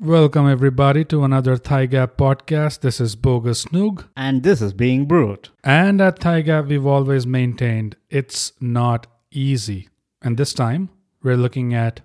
Welcome, everybody, to another Thigh Gap podcast. This is Bogus Noog. And this is being brute. And at Thigh Gap, we've always maintained it's not easy. And this time, we're looking at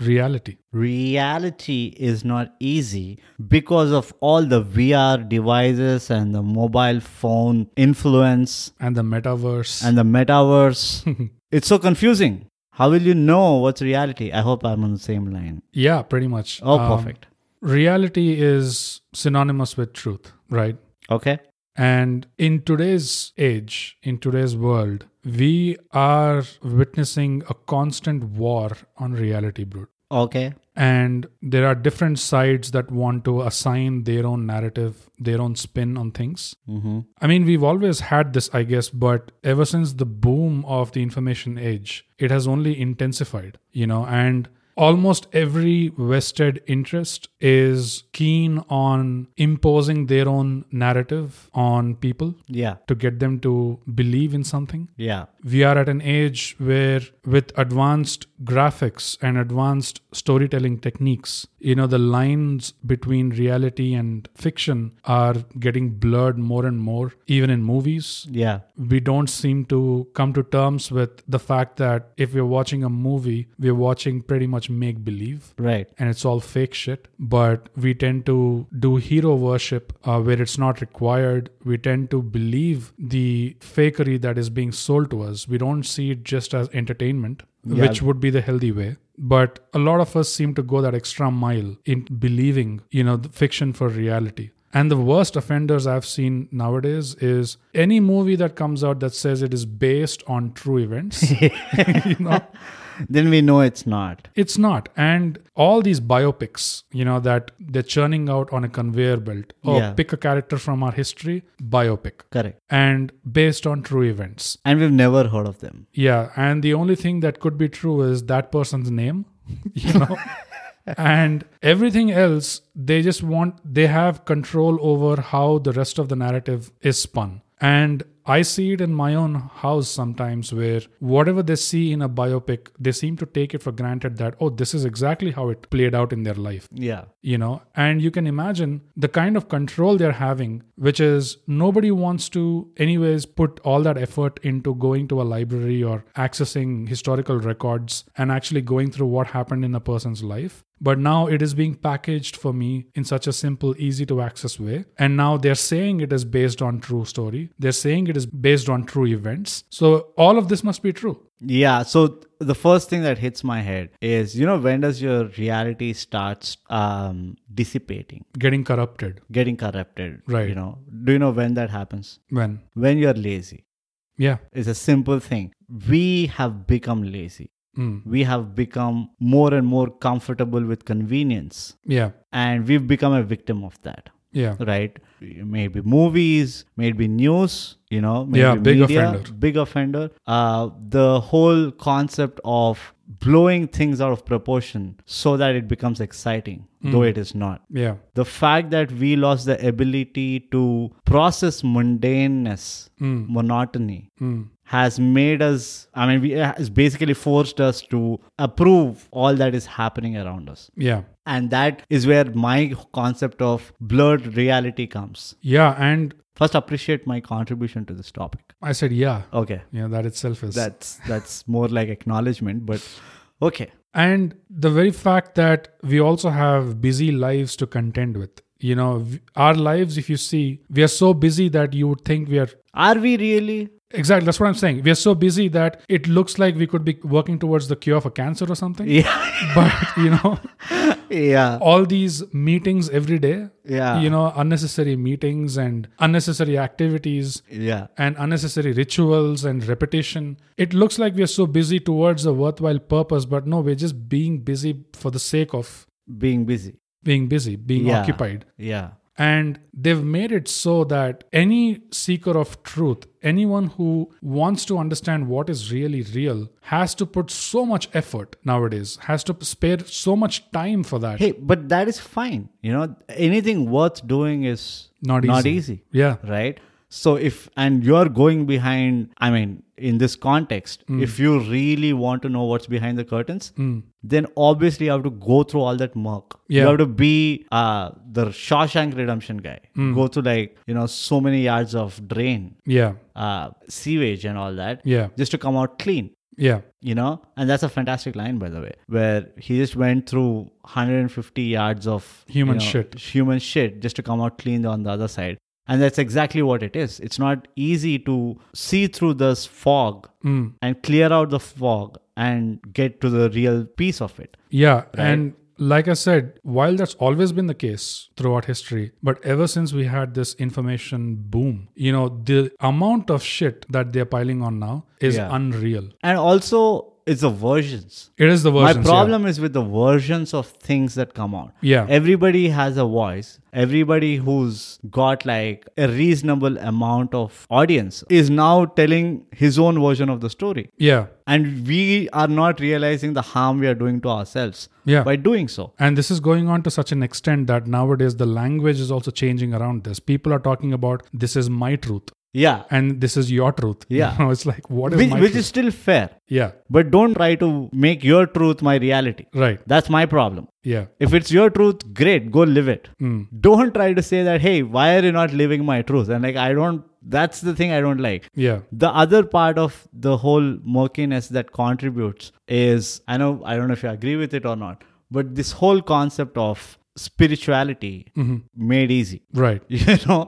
reality. Reality is not easy because of all the VR devices and the mobile phone influence and the metaverse. and the metaverse. it's so confusing. How will you know what's reality? I hope I'm on the same line. yeah, pretty much. Oh, Um, perfect. Reality is synonymous with truth, right? Okay. And in today's age, in today's world, we are witnessing a constant war on reality, Brute. Okay. And there are different sides that want to assign their own narrative, their own spin on things. Mm-hmm. I mean, we've always had this, I guess, but ever since the boom of the information age, it has only intensified, you know, and almost every vested interest is keen on imposing their own narrative on people Yeah. to get them to believe in something Yeah. we are at an age where with advanced graphics and advanced storytelling techniques you know the lines between reality and fiction are getting blurred more and more even in movies Yeah. we don't seem to come to terms with the fact that if we're watching a movie we're watching pretty much make believe Right. and it's all fake shit. But we tend to do hero worship uh, where it's not required. We tend to believe the fakery that is being sold to us. We don't see it just as entertainment, which would be the healthy way. But a lot of us seem to go that extra mile in believing, you know, the fiction for reality. And the worst offenders I've seen nowadays is any movie that comes out that says it is based on true events. you know, Then we know it's not. it's not. And all these biopics, you know, that they're churning out on a conveyor belt. Oh, Yeah. pick a character from our history, biopic. Correct. And based on true events. And we've never heard of them. Yeah. And the only thing that could be true is that person's name, you know. and everything else, they just want, they have control over how the rest of the narrative is spun. And I see it in my own house sometimes where whatever they see in a biopic, they seem to take it for granted that, oh, this is exactly how it played out in their life Yeah. you know and you can imagine the kind of control they're having which is nobody wants to anyways put all that effort into going to a library or accessing historical records and actually going through what happened in a person's life but now it is being packaged for me in such a simple easy to access way and now they're saying it is based on true story they're saying it is based on true events so all of this must be true Yeah, so th- the first thing that hits my head is you know when does your reality starts um, dissipating, getting corrupted getting corrupted? Right. You know, do you know when that happens? when When you're lazy. yeah It's a simple thing. We have become lazy. Mm. We have become more and more comfortable with convenience, yeah and we've become a victim of that. yeah Right? Maybe movies, maybe news. You know, maybe Yeah, big media, offender. big offender. Uh, the whole concept of blowing things out of proportion so that it becomes exciting, Hmm. though it is not. yeah The fact that we lost the ability to process mundaneness, Hmm. monotony, has made us, I mean, we, uh, has basically forced us to approve all that is happening around us. yeah And that is where my concept of blurred reality comes. yeah and First, appreciate my contribution to this topic. I said, yeah. Okay. Yeah, that itself is. that's that's more like acknowledgement but okay And the very fact that we also have busy lives to contend with. You know, v- our lives, if you see, we are so busy that you would think we are. are we really Exactly, that's what I'm saying. We are so busy that it looks like we could be working towards the cure for cancer or something. yeah But, you know, yeah all these meetings every day, Yeah. you know, unnecessary meetings and unnecessary activities. yeah and unnecessary rituals and repetition. It looks like we are so busy towards a worthwhile purpose, but no, we're just being busy for the sake of being busy being busy, being Yeah. occupied. yeah And they've made it so that any seeker of truth, anyone who wants to understand what is really real, has to put so much effort nowadays, has to spare so much time for that. hey but that is fine you know anything worth doing is Not not easy. easy Yeah. right So if and you're going behind, I mean, in this context, Hmm. if you really want to know what's behind the curtains, then obviously you have to go through all that murk. You Yeah. have to be uh, the Shawshank Redemption guy. Hmm. Go through like you know so many yards of drain, Yeah. uh, sewage, and all that, Yeah. just to come out clean Yeah. you know and that's a fantastic line by the way where he just went through 150 yards of you Human know, shit. human shit just to come out clean on the other side and that's exactly what it is it's not easy to see through this fog Hmm. and clear out the fog and get to the real piece of it Yeah. And like I said, while that's always been the case throughout history, but ever since we had this information boom, you know, the amount of shit that they're piling on now is Yeah. unreal. and also it's the versions It is the my version. problem is with the versions of things that come out Yeah. everybody has a voice everybody who's got like a reasonable amount of audience is now telling his own version of the story Yeah. and we are not realizing the harm we are doing to ourselves Yeah. by doing so And this is going on to such an extent that nowadays the language is also changing around this. People are talking about this is my truth yeah and this is your truth. You Yeah. know, it's like, what is which, my which truth? is still fair yeah. but don't try to make your truth my reality Right. that's my problem Yeah. if it's your truth great go live it don't try to say that hey why are you not living my truth and like i don't that's the thing i don't like Yeah. the other part of the whole murkiness that contributes is i know i don't know if you agree with it or not but this whole concept of spirituality made easy Right. you know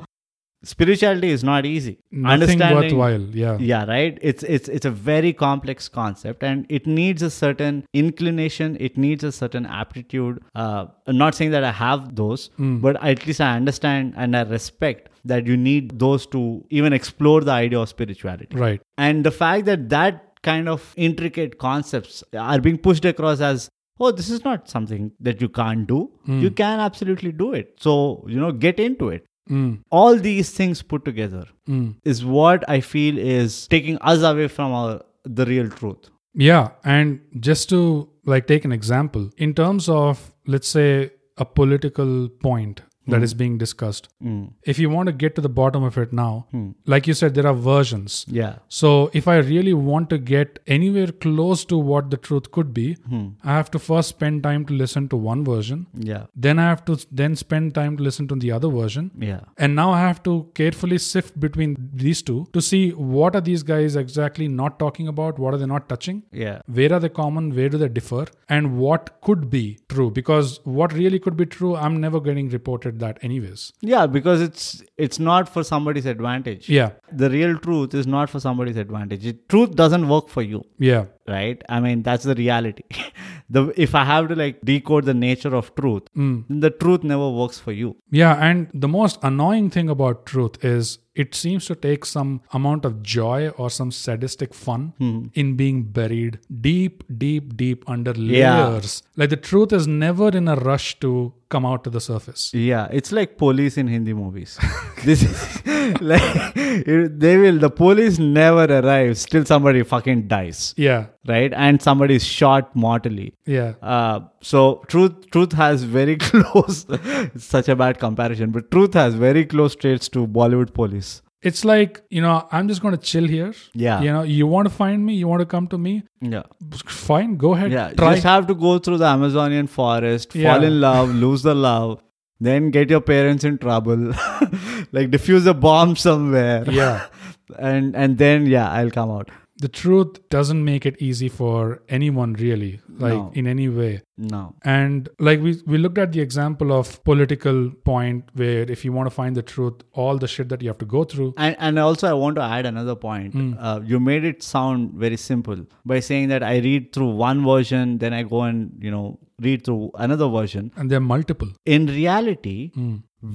spirituality is not easy Nothing worthwhile. Yeah. yeah right it's it's it's a very complex concept and it needs a certain inclination it needs a certain aptitude uh, i'm not saying that i have those but at least i understand and i respect that you need those to even explore the idea of spirituality Right. and the fact that that kind of intricate concepts are being pushed across as oh this is not something that you can't do you can absolutely do it so you know get into it Mm. all these things put together is what i feel is taking us away from our the real truth Yeah, and just to like take an example, in terms of let's say a political point that is being discussed, if you want to get to the bottom of it now, like you said, there are versions. yeah So if I really want to get anywhere close to what the truth could be, I have to first spend time to listen to one version. yeah Then I have to s- then spend time to listen to the other version. yeah And now I have to carefully sift between these two to see what are these guys exactly not talking about, what are they not touching yeah where are they common where do they differ and what could be true because what really could be true i'm never getting reported that anyways yeah because it's it's not for somebody's advantage yeah the real truth is not for somebody's advantage it, truth doesn't work for you yeah right i mean that's the reality the if i have to like decode the nature of truth then the truth never works for you yeah and the most annoying thing about truth is it seems to take some amount of joy or some sadistic fun Hmm. in being buried deep deep deep under Yeah. layers like the truth is never in a rush to come out to the surface yeah it's like police in hindi movies this is like they will the police never arrives till somebody fucking dies yeah right and somebody is shot mortally yeah uh, so truth truth has very close such a bad comparison but truth has very close traits to bollywood police it's like you know i'm just gonna chill here Yeah. you know you want to find me you want to come to me yeah fine go ahead Yeah, try just have to go through the Amazonian forest, fall Yeah. in love, lose the love, then get your parents in trouble, like diffuse a bomb somewhere. yeah And and then yeah, I'll come out. the truth doesn't make it easy for anyone really like No. in any way No. and like we we looked at the example of political point where if you want to find the truth all the shit that you have to go through And and also I want to add another point. Hmm. Uh, you made it sound very simple by saying that I read through one version, then I go and you know read through another version. and there are multiple In reality,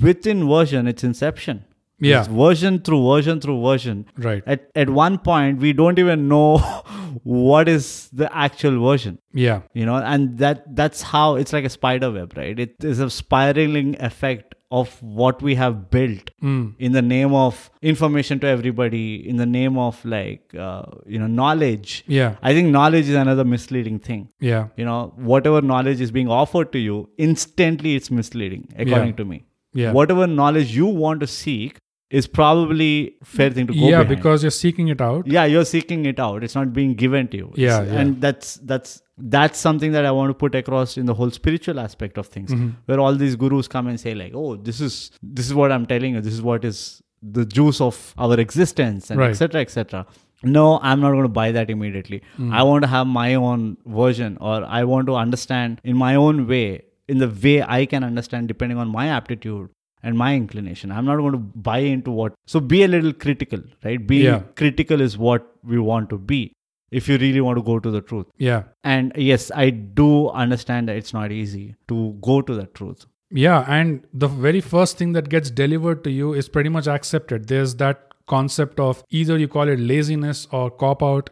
within version, it's inception. Hmm. yeah It's version through version through version. right at, at one point we don't even know what is the actual version yeah you know and that that's how it's like a spider web right it is a spiraling effect of what we have built Hmm. in the name of information to everybody in the name of like uh, you know knowledge yeah i think knowledge is another misleading thing yeah you know whatever knowledge is being offered to you instantly it's misleading according Yeah. to me Yeah. whatever knowledge you want to seek is probably fair thing to go yeah, behind. because you're seeking it out. yeah you're seeking it out it's not being given to you Yeah, It's- yeah. and that's that's that's something that i want to put across in the whole spiritual aspect of things Mm-hmm. where all these gurus come and say like oh this is this is what i'm telling you this is what is the juice of our existence and Right. etc etc no i'm not going to buy that immediately Mm. i want to have my own version or i want to understand in my own way in the way i can understand depending on my aptitude and my inclination i'm not going to buy into what so be a little critical right be Yeah. critical is what we want to be if you really want to go to the truth. Yeah. And yes, I do understand that it's not easy to go to the truth. Yeah, and the very first thing that gets delivered to you is pretty much accepted. There's that concept of either you call it laziness or cop out.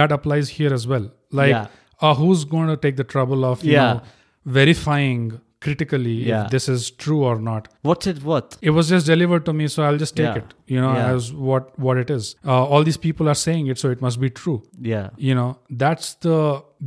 That applies here as well. Like, Hmm. Yeah. uh, who's going to take the trouble of you Yeah. know, verifying critically Yeah. if this is true or not? What's it worth? It was just delivered to me, so I'll just take Yeah. it. You know, Yeah. as what what it is. Uh, all these people are saying it, so it must be true. Yeah. You know, that's the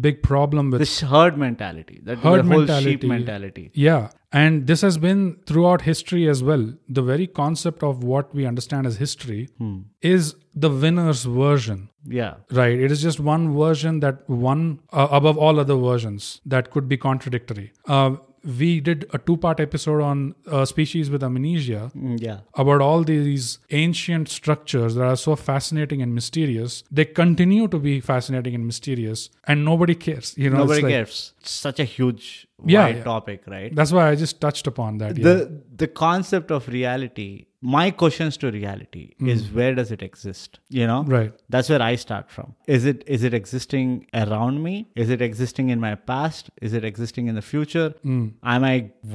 big problem with This herd mentality, that Herd the whole sheep mentality. mentality. Yeah. And this has been throughout history as well. The very concept of what we understand as history Hmm. is the winner's version, Yeah. right? It is just one version that one uh, above all other versions that could be contradictory. Uh, we did a two part episode on uh, species with amnesia Mm, Yeah. about all these ancient structures that are so fascinating and mysterious. They continue to be fascinating and mysterious, and nobody cares. You know, it's Nobody like- cares. It's such a huge Yeah, wide yeah. topic, right? That's why I just touched upon that. yeah. The the concept of reality, my questions to reality is where does it exist? You know? Hmm. Right. that's where i start from is it is it existing around me is it existing in my past is it existing in the future Hmm. am i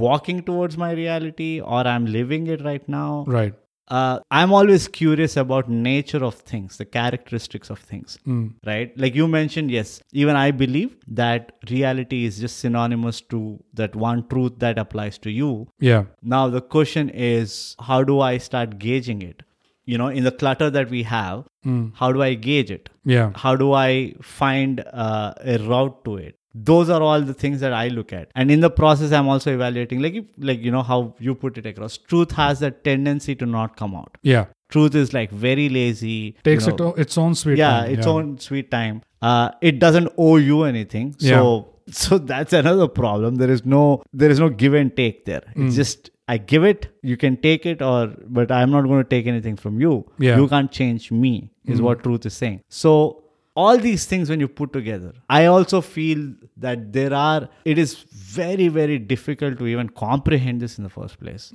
walking towards my reality or i'm living it right now Right. uh, i'm always curious about nature of things the characteristics of things Hmm. right like you mentioned yes even i believe that reality is just synonymous to that one truth that applies to you Yeah. now the question is, how do I start gauging it? You know, in the clutter that we have, Hmm. how do I gauge it? Yeah. How do I find uh, a route to it? Those are all the things that I look at, and in the process, I'm also evaluating, like, if- like you know how you put it across. Truth has that tendency to not come out. Yeah. Truth is like very lazy. you Takes know, it o- its own sweet yeah time. its own sweet time uh, it doesn't owe you anything so so that's another problem there is no there is no give and take there it's just i give it you can take it or but i'm not going to take anything from you Yeah. you can't change me is what truth is saying so all these things when you put together i also feel that there are it is very very difficult to even comprehend this in the first place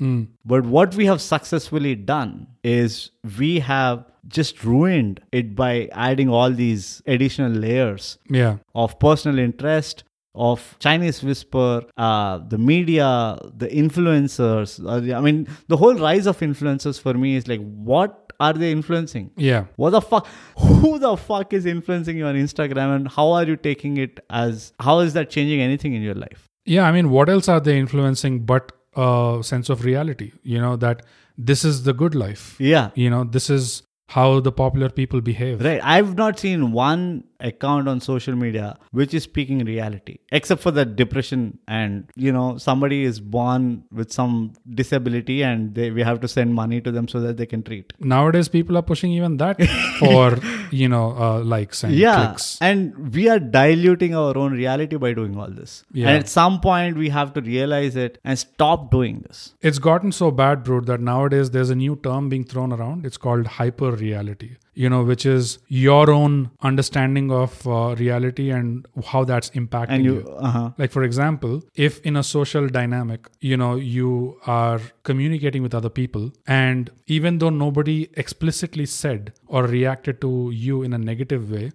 but what we have successfully done is we have just ruined it by adding all these additional layers Yeah. of personal interest of chinese whisper uh, the media the influencers uh, the- i mean the whole rise of influencers for me is like what are they influencing Yeah. what the fuck who the fuck is influencing you on instagram and how are you taking it as how is that changing anything in your life Yeah. I mean, what else are they influencing but a sense of reality? You know, that this is the good life. yeah You know, this is how the popular people behave. Right. I've not seen one account on social media which is speaking reality, except for the depression and you know somebody is born with some disability and they, we have to send money to them so that they can treat. Nowadays, people are pushing even that for, you know, uh, likes and Yeah, clicks. and we are diluting our own reality by doing all this. Yeah. And at some point, we have to realize it and stop doing this. It's gotten so bad, Brood, that nowadays there's a new term being thrown around. It's called hyper reality, you know, which is your own understanding of uh, reality and how that's impacting And you. you, uh-huh. Like, for example, if in a social dynamic, you know, you are communicating with other people, and even though nobody explicitly said or reacted to you in a negative way,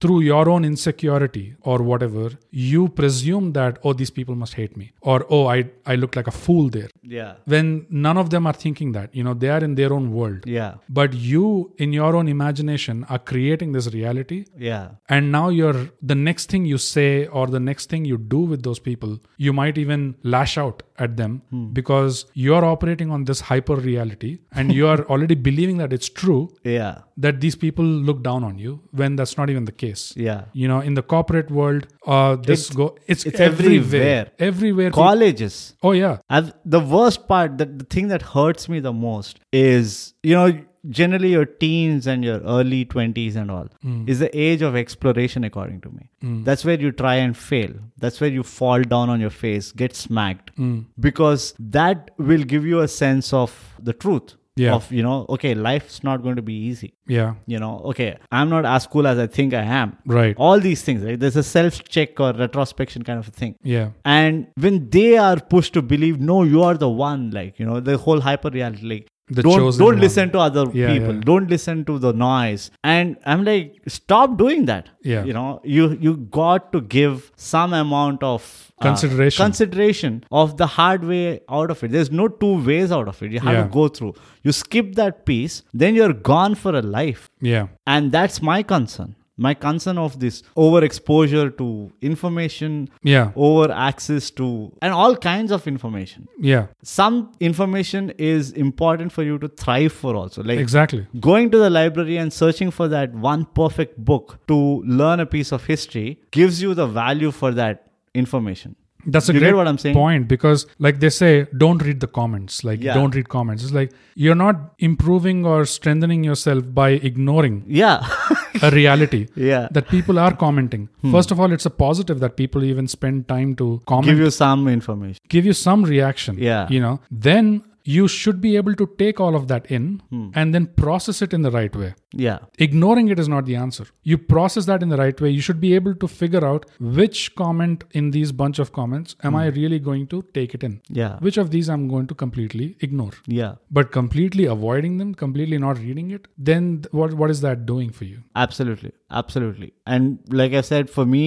through your own insecurity or whatever, you presume that, oh, these people must hate me, or oh, I, I look like a fool there. yeah, When none of them are thinking that, you know, they are in their own world. yeah, But you, in your own imagination, are creating this reality yeah. and now you're the next thing you say or the next thing you do with those people you might even lash out at them Hmm. because you're operating on this hyper reality and you are already believing that it's true yeah that these people look down on you when that's not even the case. yeah You know, in the corporate world, uh, this go it's, it's everywhere, everywhere. everywhere. peop- colleges oh yeah, I've, the worst part, the, the thing that hurts me the most is, you know, generally your teens and your early 20s and all Hmm. is the age of exploration, according to me. That's where you try and fail. That's where you fall down on your face, get smacked, Hmm. because that will give you a sense of the truth. Yeah. Of, you know, okay, life's not going to be easy. yeah, You know, okay, I'm not as cool as I think I am. right, All these things, right? There's a self check or retrospection kind of a thing yeah, and when they are pushed to believe no you are the one like you know the whole hyper reality like The don't chosen don't one. listen to other Yeah, people yeah. don't listen to the noise and i'm like stop doing that Yeah. you know you you got to give some amount of uh, Consideration. consideration of the hard way out of it there's no two ways out of it you have Yeah. to go through you skip that piece then you're gone for a life yeah, and that's my concern my concern of this overexposure to information yeah, over access to and all kinds of information yeah, some information is important for you to thrive for also like exactly. going to the library and searching for that one perfect book to learn a piece of history gives you the value for that information That's a You get great what I'm saying? point because, like they say, don't read the comments. Like, Yeah. don't read comments. It's like you're not improving or strengthening yourself by ignoring yeah a reality. yeah Hmm. That people are commenting. First of all, it's a positive that people even spend time to comment give you some information give you some reaction Yeah. you know then you should be able to take all of that in Hmm. and then process it in the right way yeah ignoring it is not the answer you process that in the right way you should be able to figure out which comment in these bunch of comments Hmm. am i really going to take it in yeah which of these i'm going to completely ignore yeah but completely avoiding them completely not reading it then th- what what is that doing for you absolutely absolutely and like i said for me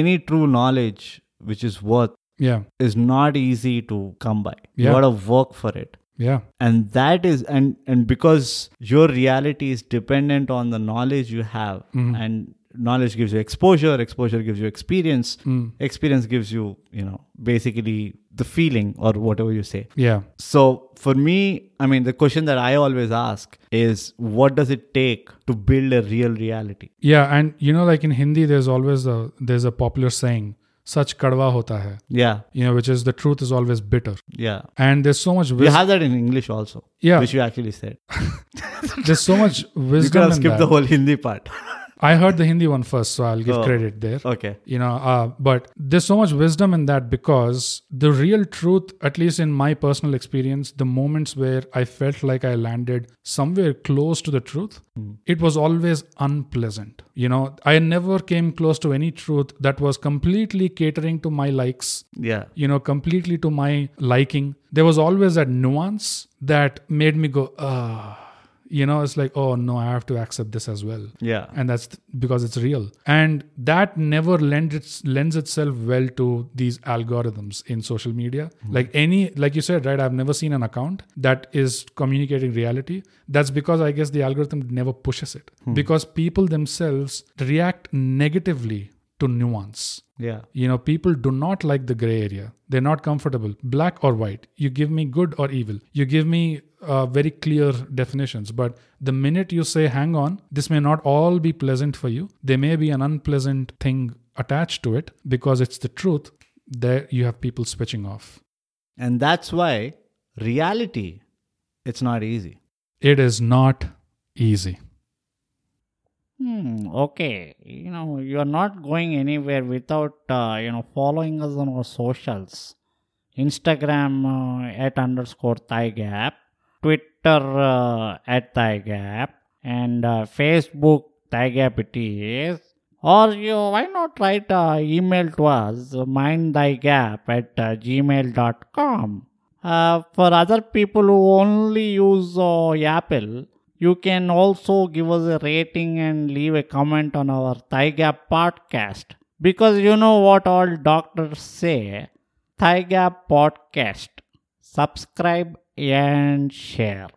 any true knowledge which is worth yeah is not easy to come by you Yeah. got to work for it yeah and that is and and because your reality is dependent on the knowledge you have Mm-hmm. and knowledge gives you exposure exposure gives you experience Mm. experience gives you you know basically the feeling or whatever you say yeah so for me i mean the question that i always ask is what does it take to build a real reality yeah and you know like in hindi there's always a there's a popular saying such kadwa hota hai yeah you know, which is the truth is always bitter. yeah And there's so much we wisdom. have that in english also Yeah. which you actually said there's so much you could wisdom. have In skipped that. the whole hindi part I heard the Hindi one first, so I'll give Oh. credit there. okay You know, uh, but there's so much wisdom in that because the real truth, at least in my personal experience, the moments where I felt like I landed somewhere close to the truth, it was always unpleasant. You know, I never came close to any truth that was completely catering to my likes yeah you know, completely to my liking. There was always that nuance that made me go, ah, you know, it's like, oh no, I have to accept this as well. yeah And that's th- because it's real. And that never lends, its, lends itself well to these algorithms in social media. Like any, like you said, right? I've never seen an account that is communicating reality. That's because I guess the algorithm never pushes it because people themselves react negatively to nuance yeah you know people do not like the gray area they're not comfortable black or white you give me good or evil you give me uh, very clear definitions but the minute you say hang on this may not all be pleasant for you there may be an unpleasant thing attached to it because it's the truth there you have people switching off And that's why reality, it's not easy. it is not easy Hmm, okay. You know, you're not going anywhere without, uh, you know, following us on our socials. Instagram uh, at underscore thigh gap, Twitter uh, at thigh gap, and uh, Facebook thigh gap it is. Or you, why not write an email to us, mindthigap at uh, gmail.com. Uh, for other people who only use uh, Apple, you can also give us a rating and leave a comment on our Thigh Gap podcast. Because you know what all doctors say Thigh Gap podcast. Subscribe and share.